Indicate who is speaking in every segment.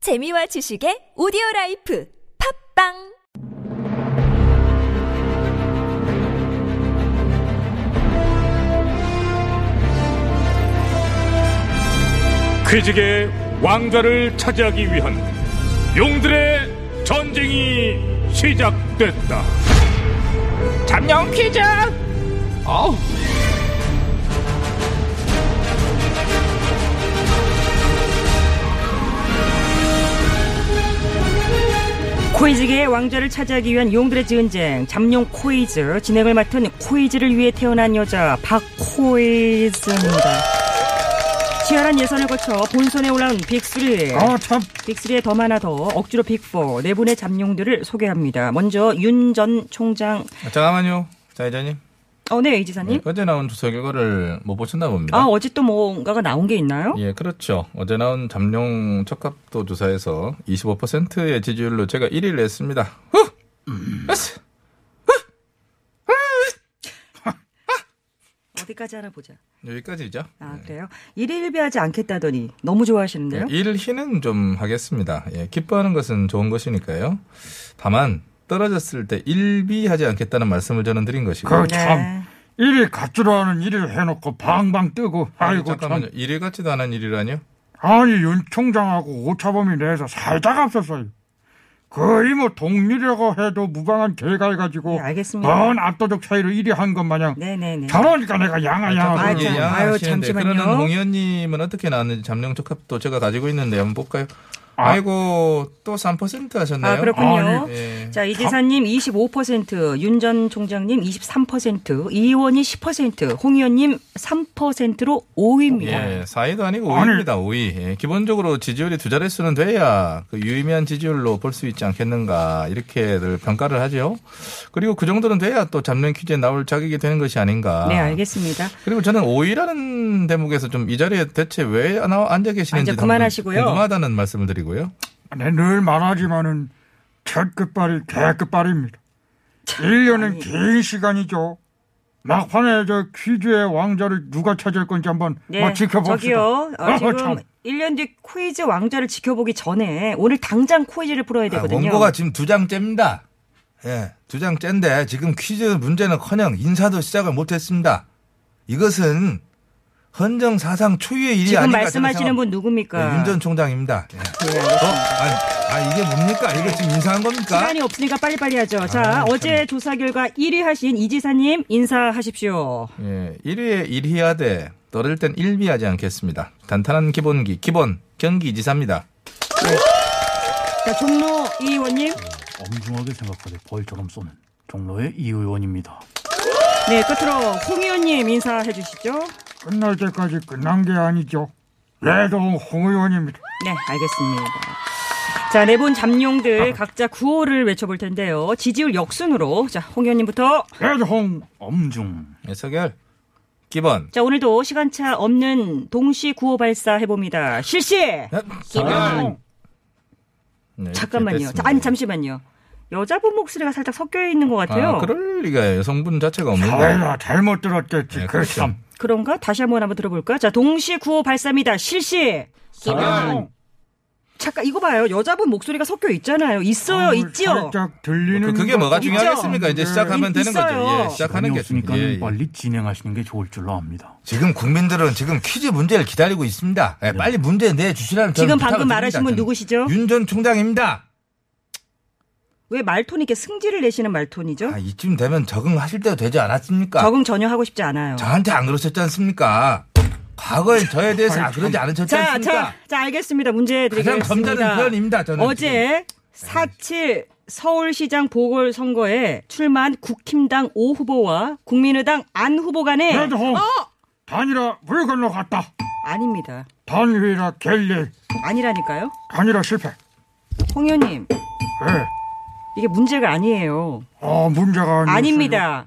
Speaker 1: 재미와 지식의 오디오 라이프 팝빵
Speaker 2: 퀴직의 왕좌를 차지하기 위한 용들의 전쟁이 시작됐다.
Speaker 3: 잠룡 퀴즈! 어우,
Speaker 4: 코이즈계의 왕좌를 차지하기 위한 용들의 전쟁 잠룡 코이즈 진행을 맡은 코이즈를 위해 태어난 여자 박코이즈입니다. 치열한 예선을 거쳐 본선에 올라온 빅3
Speaker 5: 아, 참.
Speaker 4: 빅3의 더 많아 더 억지로 빅4 네 분의 잠룡들을 소개합니다. 먼저 윤 전 총장
Speaker 5: 잠깐만요. 자, 이자님.
Speaker 4: 어네 이지사님
Speaker 5: 어제 나온 조사 결과를 못 그, 뭐 보셨나 봅니다.
Speaker 4: 아 어제 또 뭔가가 나온 게 있나요?
Speaker 5: 예, 그렇죠. 어제 나온 잠룡 척값도 조사에서 25%의 지지율로 제가 1위를 했습니다. 후! 으스! 예.
Speaker 4: 어디까지 하나 보자.
Speaker 5: 여기까지죠.
Speaker 4: 아 그래요? 일일비하지 않겠다더니 너무 좋아하시는데요?
Speaker 5: 예, 일희는 좀 하겠습니다. 예, 기뻐하는 것은 좋은 것이니까요. 다만, 떨어졌을 때 일비하지 않겠다는 말씀을 저는 드린 것이고.
Speaker 4: 네.
Speaker 5: 요
Speaker 6: 그- 참. 일이 같지도 않은 일을 해놓고 방방 뜨고 아이고
Speaker 5: 잠깐만요.
Speaker 6: 참.
Speaker 5: 일일 같지도 않은 일이라뇨?
Speaker 6: 아니 윤 총장하고 오차범위 내에서 살짝 앞섰어요 거의 뭐 동률이라고 해도 무방한 개가 해가지고
Speaker 4: 네, 알겠습니다.
Speaker 6: 먼 압도적 차이로 1위 한 것 마냥
Speaker 4: 네네네.
Speaker 6: 저러니까 내가 양아양아
Speaker 4: 아이,
Speaker 5: 예,
Speaker 4: 참.
Speaker 5: 예,
Speaker 4: 아유,
Speaker 5: 아시는데.
Speaker 4: 잠시만요.
Speaker 5: 그러는 홍 의원님은 어떻게 나왔는지 잠룡 적합도 제가 가지고 있는데 한번 볼까요? 아. 이고 또 3% 하셨네요.
Speaker 4: 아 그렇군요.
Speaker 6: 아,
Speaker 5: 예.
Speaker 4: 자 이재사님 25%, 윤 전 총장님 23%, 이 의원이 10%, 홍 의원님 3%로 5위입니다.
Speaker 5: 예, 4위도 아니고
Speaker 6: 아니.
Speaker 5: 5위입니다. 5위. 예, 기본적으로 지지율이 두 자릿수는 돼야 그 유의미한 지지율로 볼 수 있지 않겠는가 이렇게들 평가를 하죠. 그리고 그 정도는 돼야 또 잡는 퀴즈에 나올 자격이 되는 것이 아닌가.
Speaker 4: 네 알겠습니다.
Speaker 5: 그리고 저는 5위라는 대목에서 좀 이 자리에 대체 왜 나와 앉아 계시는지
Speaker 4: 아, 이제 그만하시고요.
Speaker 5: 궁금하다는 말씀을 드리고요. 아,
Speaker 6: 네, 내늘 말하지만은 첫 끝발이 개 끝발입니다 1년은 긴 시간이죠 막판에 저 퀴즈의 왕자를 누가 차지할 건지 한번
Speaker 4: 네,
Speaker 6: 뭐 지켜봅시다
Speaker 4: 저기요. 어,
Speaker 6: 어,
Speaker 4: 지금
Speaker 6: 참.
Speaker 4: 1년 뒤 퀴즈 왕자를 지켜보기 전에 오늘 당장 퀴즈를 풀어야
Speaker 7: 아,
Speaker 4: 되거든요.
Speaker 7: 원고가 지금 두 장째입니다. 예, 두 장째인데 지금 퀴즈 문제는커녕 인사도 시작을 못했습니다. 이것은 헌정 사상 초유의 일이
Speaker 4: 지금
Speaker 7: 아닌가
Speaker 4: 말씀하시는 분 누굽니까?
Speaker 5: 네,
Speaker 4: 네,
Speaker 7: 윤 전 총장입니다. 예. 어? 아니, 아, 이게 뭡니까? 이거 지금 인사한 겁니까?
Speaker 4: 시간이 없으니까 빨리빨리 하죠. 자, 어제 조사 결과 1위 하신 이지사님 인사하십시오.
Speaker 5: 예, 1위에 1위하되 떨어질 땐 1비하지 않겠습니다. 단단한 기본기, 기본, 경기지사입니다.
Speaker 4: 자, 종로 이 의원님.
Speaker 8: 엄중하게 생각하되 벌처럼 쏘는 종로의 이 의원입니다.
Speaker 4: 네, 끝으로 홍 의원님 인사해 주시죠.
Speaker 6: 끝날 때까지 끝난 게 아니죠. 레동 홍 의원입니다.
Speaker 4: 네, 알겠습니다. 자, 네 분 잠룡들
Speaker 7: 아.
Speaker 4: 각자 구호를 외쳐볼 텐데요. 지지율 역순으로. 자, 홍 의원님부터.
Speaker 6: 레동
Speaker 8: 엄중.
Speaker 5: 예, 서결, 기본,
Speaker 4: 자, 오늘도 시간차 없는 동시 구호 발사 해봅니다. 실시!
Speaker 7: 네,
Speaker 6: 기본.
Speaker 5: 네, 이렇게
Speaker 4: 잠깐만요. 자,
Speaker 5: 됐습니다.
Speaker 4: 아니, 잠시만요. 여자분 목소리가 살짝 섞여 있는 것 같아요.
Speaker 5: 아, 그럴 리가요. 여성분 자체가 없는데.
Speaker 6: 내가 잘못 들었겠지.
Speaker 5: 네,
Speaker 6: 그
Speaker 5: 그렇죠.
Speaker 6: 참.
Speaker 4: 런가 다시 한번 한번 들어볼까? 자, 동시 구호 발사입니다. 실시!
Speaker 6: 기본.
Speaker 4: 잠깐, 이거 봐요. 여자분 목소리가 섞여 있잖아요. 있어요, 있지요?
Speaker 6: 살짝 들리는.
Speaker 5: 그게 뭐가
Speaker 6: 것도-
Speaker 5: 중요하겠습니까? 이제
Speaker 6: 네.
Speaker 5: 시작하면 되는
Speaker 4: 있어요.
Speaker 5: 거죠. 예, 시작하는
Speaker 8: 시간이
Speaker 5: 게
Speaker 8: 없으니까
Speaker 5: 예, 예.
Speaker 8: 빨리 진행하시는 게 좋을 줄로 압니다.
Speaker 7: 지금 국민들은 지금 퀴즈 문제를 기다리고 있습니다. 예, 빨리 문제 내주시라는 저는
Speaker 4: 지금
Speaker 7: 부탁을
Speaker 4: 방금
Speaker 7: 드립니다.
Speaker 4: 말하신 분
Speaker 7: 저는.
Speaker 4: 누구시죠?
Speaker 7: 윤 전 총장입니다.
Speaker 4: 왜 말톤이 이렇게 승질을 내시는 말톤이죠?
Speaker 7: 아, 이쯤 되면 적응하실 때도 되지 않았습니까?
Speaker 4: 적응 전혀 하고 싶지 않아요.
Speaker 7: 저한테 안 그러셨지 않습니까? 과거에 저에 대해서 안 그러지 않으셨지
Speaker 4: 자, 자,
Speaker 7: 않습니까?
Speaker 4: 자, 알겠습니다. 문제
Speaker 7: 가장
Speaker 4: 드리겠습니다.
Speaker 7: 점잖은 표현입니다, 저는. 네.
Speaker 4: 어제 4.7 서울시장 보궐선거에 출마한 국힘당 오 후보와 국민의당 안 후보 간에
Speaker 6: 레동. 단일화 물건로 갔다.
Speaker 4: 아닙니다.
Speaker 6: 단일화 갤리.
Speaker 4: 아니라니까요.
Speaker 6: 단일화 실패.
Speaker 4: 홍 의원님,
Speaker 6: 예.
Speaker 4: 이게 문제가 아니에요.
Speaker 6: 아 문제가 아니었어요.
Speaker 4: 아닙니다.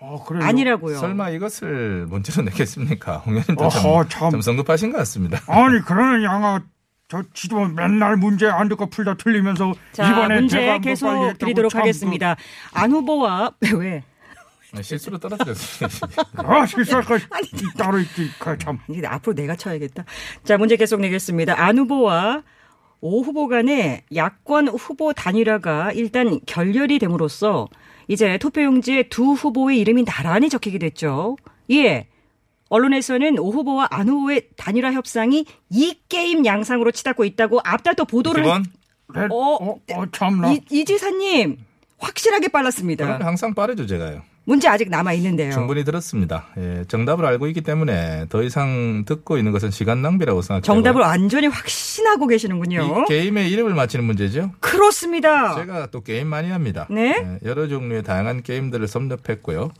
Speaker 6: 아 그래요.
Speaker 4: 아니라고요.
Speaker 5: 설마 이것을 문제로 내겠습니까? 홍현님도 참,
Speaker 6: 어허, 참.
Speaker 5: 좀 성급하신 것 같습니다.
Speaker 6: 아니 그러는 양아. 저 지도 맨날 문제 안 듣고 풀다 틀리면서
Speaker 4: 자,
Speaker 6: 이번에 제가
Speaker 4: 문제
Speaker 6: 뭐 빨리
Speaker 4: 계속
Speaker 6: 했다고
Speaker 4: 드리도록
Speaker 6: 참
Speaker 4: 하겠습니다. 안 후보와 왜?
Speaker 5: 네, 실수로 떨어뜨렸습니다.
Speaker 6: 그- 아 실수할까 따로 있지. 그참
Speaker 4: 이게 앞으로 내가 쳐야겠다. 자, 문제 계속 내겠습니다. 안 후보와 오 후보 간의 야권 후보 단일화가 일단 결렬이 됨으로써 이제 투표용지에 두 후보의 이름이 나란히 적히게 됐죠. 예. 언론에서는 오 후보와 안 후보의 단일화 협상이 이 게임 양상으로 치닫고 있다고 앞다퉈 보도를 했-
Speaker 5: 이번
Speaker 6: 네,
Speaker 4: 어,
Speaker 6: 어, 어, 참나.
Speaker 4: 이, 이 지사님 확실하게
Speaker 5: 저는
Speaker 4: 빨랐습니다.
Speaker 5: 항상 빠르죠 제가요.
Speaker 4: 문제 아직 남아 있는데요.
Speaker 5: 충분히 들었습니다. 예, 정답을 알고 있기 때문에 더 이상 듣고 있는 것은 시간 낭비라고 생각해요.
Speaker 4: 정답을 완전히 확신하고 계시는군요. 아.
Speaker 5: 이 게임의 이름을 맞히는 문제죠.
Speaker 4: 그렇습니다.
Speaker 5: 제가 또 게임 많이 합니다.
Speaker 4: 네?
Speaker 5: 예, 여러 종류의 다양한 게임들을 섭렵했고요.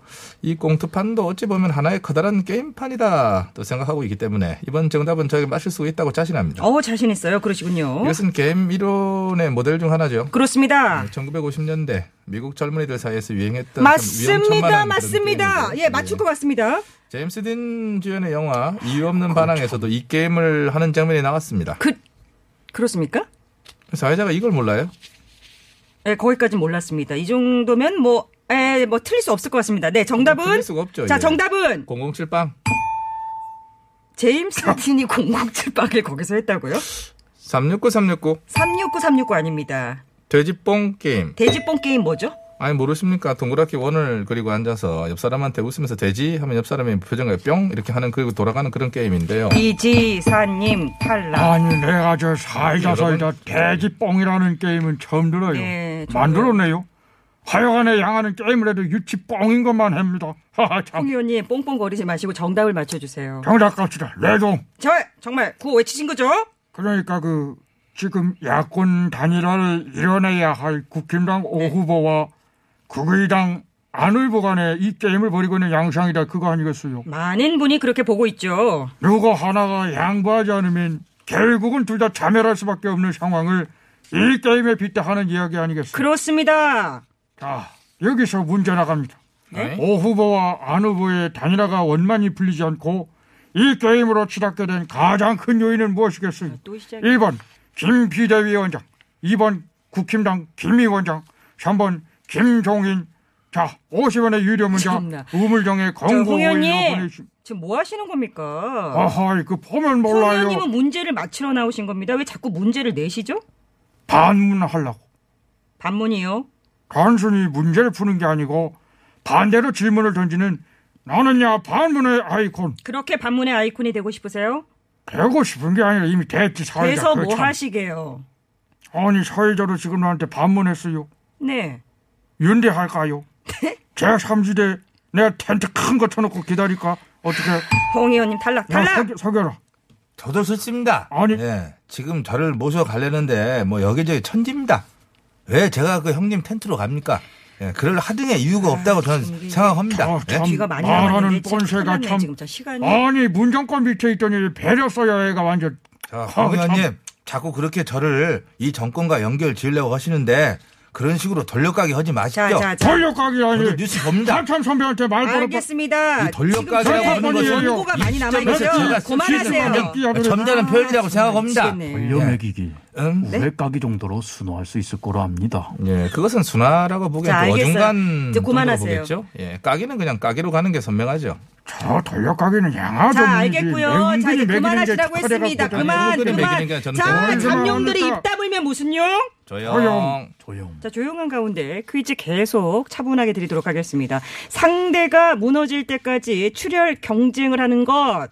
Speaker 5: 이 공투판도 어찌 보면 하나의 커다란 게임판이다 또 생각하고 있기 때문에 이번 정답은 저에게 맞출 수 있다고 자신합니다.
Speaker 4: 어 자신 있어요. 그러시군요.
Speaker 5: 이것은 게임 이론의 모델 중 하나죠.
Speaker 4: 그렇습니다.
Speaker 5: 1950년대 미국 젊은이들 사이에서 유행했던 참
Speaker 4: 맞습니다.
Speaker 5: 위험천만한 그런
Speaker 4: 맞습니다.
Speaker 5: 게임이죠.
Speaker 4: 예, 맞출 것 같습니다.
Speaker 5: 제임스 딘 주연의 영화 이유 없는 반항에서도 이 게임을 하는 장면이 나왔습니다.
Speaker 4: 그 그렇습니까?
Speaker 5: 사회자가 이걸 몰라요?
Speaker 4: 예, 거기까지 몰랐습니다. 이 정도면 뭐 에, 뭐 틀릴 수 없을 것 같습니다. 네, 정답은
Speaker 5: 틀릴 수가 없죠, 예.
Speaker 4: 자,
Speaker 5: 이게.
Speaker 4: 정답은
Speaker 5: 007 빵.
Speaker 4: 제임스
Speaker 5: 아.
Speaker 4: 딘이 007빵을 거기서 했다고요?
Speaker 5: 369 369
Speaker 4: 369369 아닙니다.
Speaker 5: 돼지뽕 게임.
Speaker 4: 돼지뽕 게임 뭐죠?
Speaker 5: 아니 모르십니까? 동그랗게 원을 그리고 앉아서 옆 사람한테 웃으면서 돼지 하면 옆 사람이 표정을 뿅 이렇게 하는 그리고 돌아가는 그런 게임인데요.
Speaker 4: 이지사님 탈락.
Speaker 6: 아니 내가 저 살다 살다 돼지뽕이라는 게임은 예, 처음 들어요.
Speaker 4: 네, 저도요.
Speaker 6: 만들었네요. 하여간에 양하는 게임을 해도 유치뽕인 것만 합니다. 하하
Speaker 4: 홍
Speaker 5: 아.
Speaker 6: 참.
Speaker 4: 의원님 뽕뽕거리지 마시고 정답을 맞춰주세요.
Speaker 6: 정답 갑시다. 레동.
Speaker 4: 저 정말 구호 외치신 거죠?
Speaker 6: 그러니까 그 지금 야권 단일화를 이뤄내야 할 국힘당 오 후보와 국의당 안 후보 간에 이 게임을 벌이고 있는 양상이다 그거 아니겠어요.
Speaker 4: 많은 분이 그렇게 보고 있죠.
Speaker 6: 누구 하나가 양보하지 않으면 결국은 둘 다 자멸할 수밖에 없는 상황을 이 게임에 빗대하는 이야기 아니겠어요.
Speaker 4: 그렇습니다.
Speaker 6: 자, 여기서 문제 나갑니다.
Speaker 4: 네?
Speaker 6: 네? 오 후보와 안 후보의 단일화가 원만히 풀리지 않고 이 게임으로 치닫게 된 가장 큰 요인은 무엇이겠어요?
Speaker 4: 또 시작.
Speaker 6: 1번 김 비대위원장, 2번 국힘당 김위원장, 3번 김종인. 자, 50원의 유료 문자
Speaker 4: 참나.
Speaker 6: 우물정의
Speaker 4: 홍
Speaker 6: 건고로
Speaker 4: 의원님
Speaker 6: 보내주신.
Speaker 4: 지금 뭐 하시는 겁니까?
Speaker 6: 아하, 이거 보면
Speaker 4: 홍
Speaker 6: 몰라요.
Speaker 4: 의원님은 문제를 맞추러 나오신 겁니다. 왜 자꾸 문제를 내시죠?
Speaker 6: 반문하려고.
Speaker 4: 반문이요.
Speaker 6: 단순히 문제를 푸는 게 아니고 반대로 질문을 던지는 나는야 반문의 아이콘
Speaker 4: 그렇게 반문의 아이콘이 되고 싶으세요?
Speaker 6: 되고 싶은 게 아니라 이미 됐지 사회자.
Speaker 4: 그래서
Speaker 6: 그거
Speaker 4: 뭐
Speaker 6: 참.
Speaker 4: 하시게요?
Speaker 6: 아니 사회자로 지금 나한테 반문했어요.
Speaker 4: 네.
Speaker 6: 연대할까요? 제 3지대 내가 텐트 큰 거 쳐놓고 기다릴까? 어떻게?
Speaker 4: 홍 의원님 탈락
Speaker 6: 야
Speaker 4: 탈락.
Speaker 6: 서- 서겨라.
Speaker 7: 저도 싫습니다.
Speaker 6: 아니.
Speaker 7: 예, 지금 저를 모셔가려는데 뭐 여기저기 천지입니다. 왜 제가 그 형님 텐트로 갑니까? 예, 그럴 하등의 이유가 없다고 저는 생각합니다.
Speaker 6: 아,
Speaker 7: 예?
Speaker 6: 참.
Speaker 4: 귀가 많이
Speaker 6: 말하는
Speaker 4: 나갔는데 지금
Speaker 6: 본세가
Speaker 4: 끝났네,
Speaker 6: 참.
Speaker 4: 지금 저 시간이
Speaker 6: 아니 문정권 밑에 있더니 배려 써야 애가 완전
Speaker 7: 자,
Speaker 6: 아,
Speaker 7: 홍
Speaker 6: 참.
Speaker 7: 의원님 자꾸 그렇게 저를 이 정권과 연결 지으려고 하시는데 그런 식으로 돌려가기 하지 마십시오.
Speaker 4: 자자자.
Speaker 6: 권력각이
Speaker 7: 저도
Speaker 6: 아니.
Speaker 7: 뉴스 봅니다.
Speaker 6: 삼촌 선배한테 말 걸어봐.
Speaker 4: 알겠습니다.
Speaker 7: 이 돌려가기라고
Speaker 4: 아, 지금 뭐
Speaker 6: 하는
Speaker 4: 저는
Speaker 6: 것은
Speaker 4: 정보가 많이 남아 있죠.
Speaker 7: 제가
Speaker 4: 그만하세요. 아,
Speaker 6: 쓰시는
Speaker 7: 점잖은 아, 표현이라고 생각합니다.
Speaker 5: 예.
Speaker 7: 음,
Speaker 4: 미치겠네.
Speaker 8: 벌려 매기기
Speaker 5: 음,
Speaker 7: 응?
Speaker 5: 네.
Speaker 8: 우회까기 정도로 순화할 수 있을 거라 합니다.
Speaker 5: 예, 그것은 순화라고
Speaker 4: 자,
Speaker 5: 보기엔 또
Speaker 4: 알겠어요.
Speaker 5: 어중간
Speaker 4: 이제
Speaker 5: 정도로
Speaker 4: 그만하세요.
Speaker 5: 보겠죠. 예, 까기는 그냥 까기로 가는 게 선명하죠.
Speaker 6: 저 돌려가기는 양아 좀.
Speaker 4: 자, 알겠고요. 자, 이제 그만하시라고 했습니다. 그만,
Speaker 5: 얼굴에
Speaker 4: 그만.
Speaker 5: 매기는 게 저는
Speaker 4: 자,
Speaker 5: 너무
Speaker 4: 잠룡들이
Speaker 6: 그러니까.
Speaker 4: 입 다물면 무슨 용?
Speaker 5: 조용.
Speaker 8: 조용.
Speaker 4: 자, 조용한 가운데 퀴즈 계속 차분하게 드리도록 하겠습니다. 상대가 무너질 때까지 출혈 경쟁을 하는 것.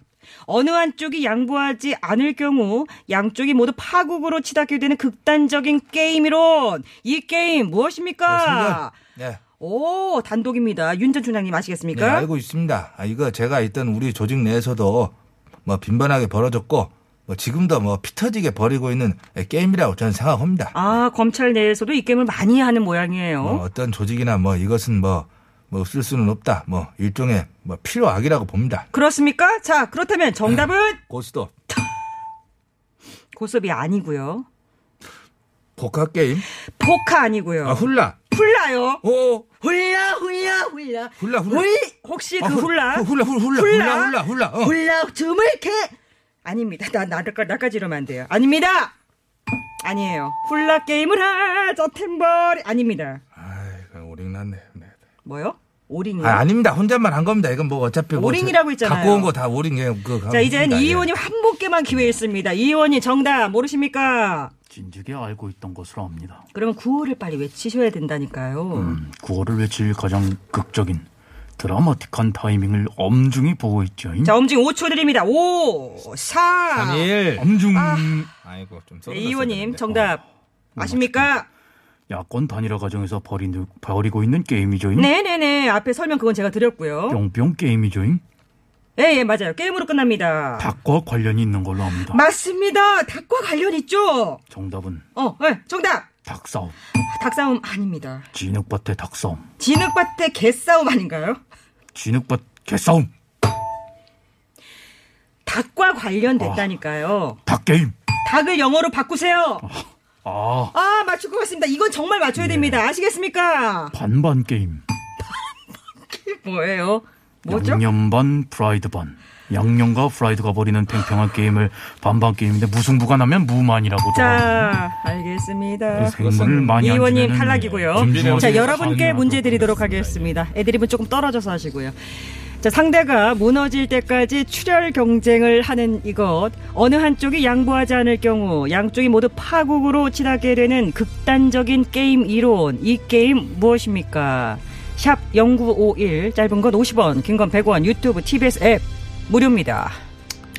Speaker 4: 어느 한쪽이 양보하지 않을 경우 양쪽이 모두 파국으로 치닫게 되는 극단적인 게임이론. 이 게임 무엇입니까?
Speaker 7: 네.
Speaker 4: 오, 단독입니다. 윤 전 총장님
Speaker 7: 네,
Speaker 4: 아시겠습니까?
Speaker 7: 알고 있습니다. 아, 이거 제가 있던 우리 조직 내에서도 뭐 빈번하게 벌어졌고 뭐 지금도 뭐 피터지게 벌이고 있는 게임이라고 저는 생각합니다.
Speaker 4: 아, 검찰 내에서도 이 게임을 많이 하는 모양이에요.
Speaker 7: 뭐 어떤 조직이나 뭐 이것은 뭐, 뭐 쓸 수는 없다. 뭐 일종의 뭐 필요악이라고 봅니다.
Speaker 4: 그렇습니까? 자, 그렇다면 정답은
Speaker 7: 고스톱,
Speaker 4: 고섭이 아니고요.
Speaker 5: 복합 게임.
Speaker 4: 포카 아니고요.
Speaker 5: 아, 훌라.
Speaker 4: 훌라요.
Speaker 7: 오,
Speaker 4: 훌라 훌라 훌라.
Speaker 7: 훌라, 훌라.
Speaker 4: 훌- 혹시
Speaker 7: 아,
Speaker 4: 그
Speaker 7: 훌-
Speaker 4: 훌라?
Speaker 7: 훌- 훌라, 훌- 훌라, 훌라, 훌라, 훌라, 어.
Speaker 4: 훌라 춤을 캐. 아닙니다. 나 나까지 나까지 이러면 안 돼요. 아닙니다. 아니에요. 훌라 게임을 하자 템벌 아닙니다.
Speaker 5: 그냥 오링 났네. 네.
Speaker 4: 뭐요? 오링이요.
Speaker 7: 아, 닙니다 혼잣말 한 겁니다. 이건 뭐 어차피 뭐
Speaker 4: 오링이라고
Speaker 7: 저-
Speaker 4: 네. 했잖아요.
Speaker 7: 갖고 온 거 다 오링이에요. 그거
Speaker 4: 자, 이젠
Speaker 7: 합니다.
Speaker 4: 이
Speaker 7: 예.
Speaker 4: 의원님 한 분께만 기회 있습니다. 이 의원님 정답 모르십니까?
Speaker 8: 진즉에 알고 있던 것으로 압니다.
Speaker 4: 그러면 구호를 빨리 외치셔야 된다니까요.
Speaker 8: 음, 구호를 외칠 가장 극적인 드라마틱한 타이밍을 엄중히 보고 있죠.
Speaker 4: 자, 엄중 5초 드립니다. 5,
Speaker 7: 예.
Speaker 4: 4.
Speaker 5: 3일.
Speaker 8: 엄중
Speaker 5: 아이고, 좀
Speaker 4: 네,
Speaker 5: 썰어졌어야
Speaker 4: 이원님
Speaker 5: 되는데.
Speaker 4: 정답
Speaker 7: 어.
Speaker 4: 아십니까?
Speaker 8: 야권 단일화 과정에서 벌이, 벌이고 있는 게임이죠잉.
Speaker 4: 네네네. 앞에 설명 그건 제가 드렸고요.
Speaker 8: 뿅뿅 게임이죠잉.
Speaker 4: 예, 예, 맞아요. 게임으로 끝납니다.
Speaker 8: 닭과 관련이 있는 걸로 압니다.
Speaker 4: 맞습니다. 닭과 관련 있죠?
Speaker 8: 정답은
Speaker 4: 어, 예, 정답.
Speaker 8: 닭싸움.
Speaker 4: 닭싸움 아닙니다.
Speaker 8: 진흙밭의 닭싸움.
Speaker 4: 진흙밭의 개싸움 아닌가요?
Speaker 8: 진흙밭 개싸움.
Speaker 4: 닭과 관련됐다니까요.
Speaker 8: 닭게임.
Speaker 4: 닭을 영어로 바꾸세요.
Speaker 8: 아
Speaker 4: 아, 맞출 것 같습니다. 이건 정말 맞춰야
Speaker 8: 네.
Speaker 4: 됩니다. 아시겠습니까?
Speaker 8: 반반 게임.
Speaker 4: 뭐예요? 뭐죠?
Speaker 8: 양념 반 프라이드 반. 양념과 프라이드가 벌이는 팽팽한 게임을 반반 게임인데 무승부가 나면 무만이라고도 합니다.
Speaker 4: 자, 알겠습니다.
Speaker 8: 생물을 많이 안
Speaker 4: 이원님
Speaker 8: 주면은
Speaker 4: 탈락이고요.
Speaker 8: 준비를 네.
Speaker 4: 자,
Speaker 8: 어떻게
Speaker 4: 여러분께
Speaker 8: 하느냐도
Speaker 4: 문제 드리도록
Speaker 8: 그렇습니다.
Speaker 4: 하겠습니다. 애드립은 조금 떨어져서 하시고요. 자, 상대가 무너질 때까지 출혈 경쟁을 하는 이것. 어느 한쪽이 양보하지 않을 경우 양쪽이 모두 파국으로 치닫게 되는 극단적인 게임 이론. 이 게임 무엇입니까? 샵 0951 짧은 건 50원, 긴 건 100원. 유튜브 TBS 앱 무료입니다.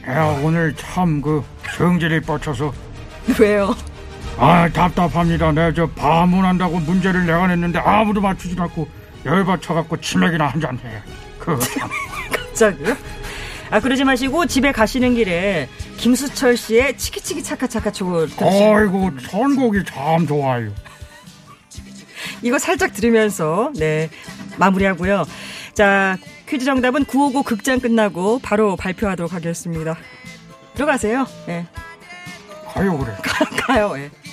Speaker 6: 야, 아, 오늘 참 그 성질이 뻗쳐서
Speaker 4: 왜요?
Speaker 6: 아 답답합니다. 내 저 반문한다고 문제를 내가 냈는데 아무도 맞추지 않고 열받쳐갖고 치맥이나 한 잔 해. 그 참.
Speaker 4: 갑자기요? 아 그러지 마시고 집에 가시는 길에 김수철 씨의 치키치키 차카차카 초를
Speaker 6: 아이고 선곡이 참 좋아요.
Speaker 4: 이거 살짝 들으면서 네 마무리하고요. 자 퀴즈 정답은 959 극장 끝나고 바로 발표하도록 하겠습니다. 들어가세요. 예.
Speaker 6: 가요 그래.
Speaker 4: 가요. 예.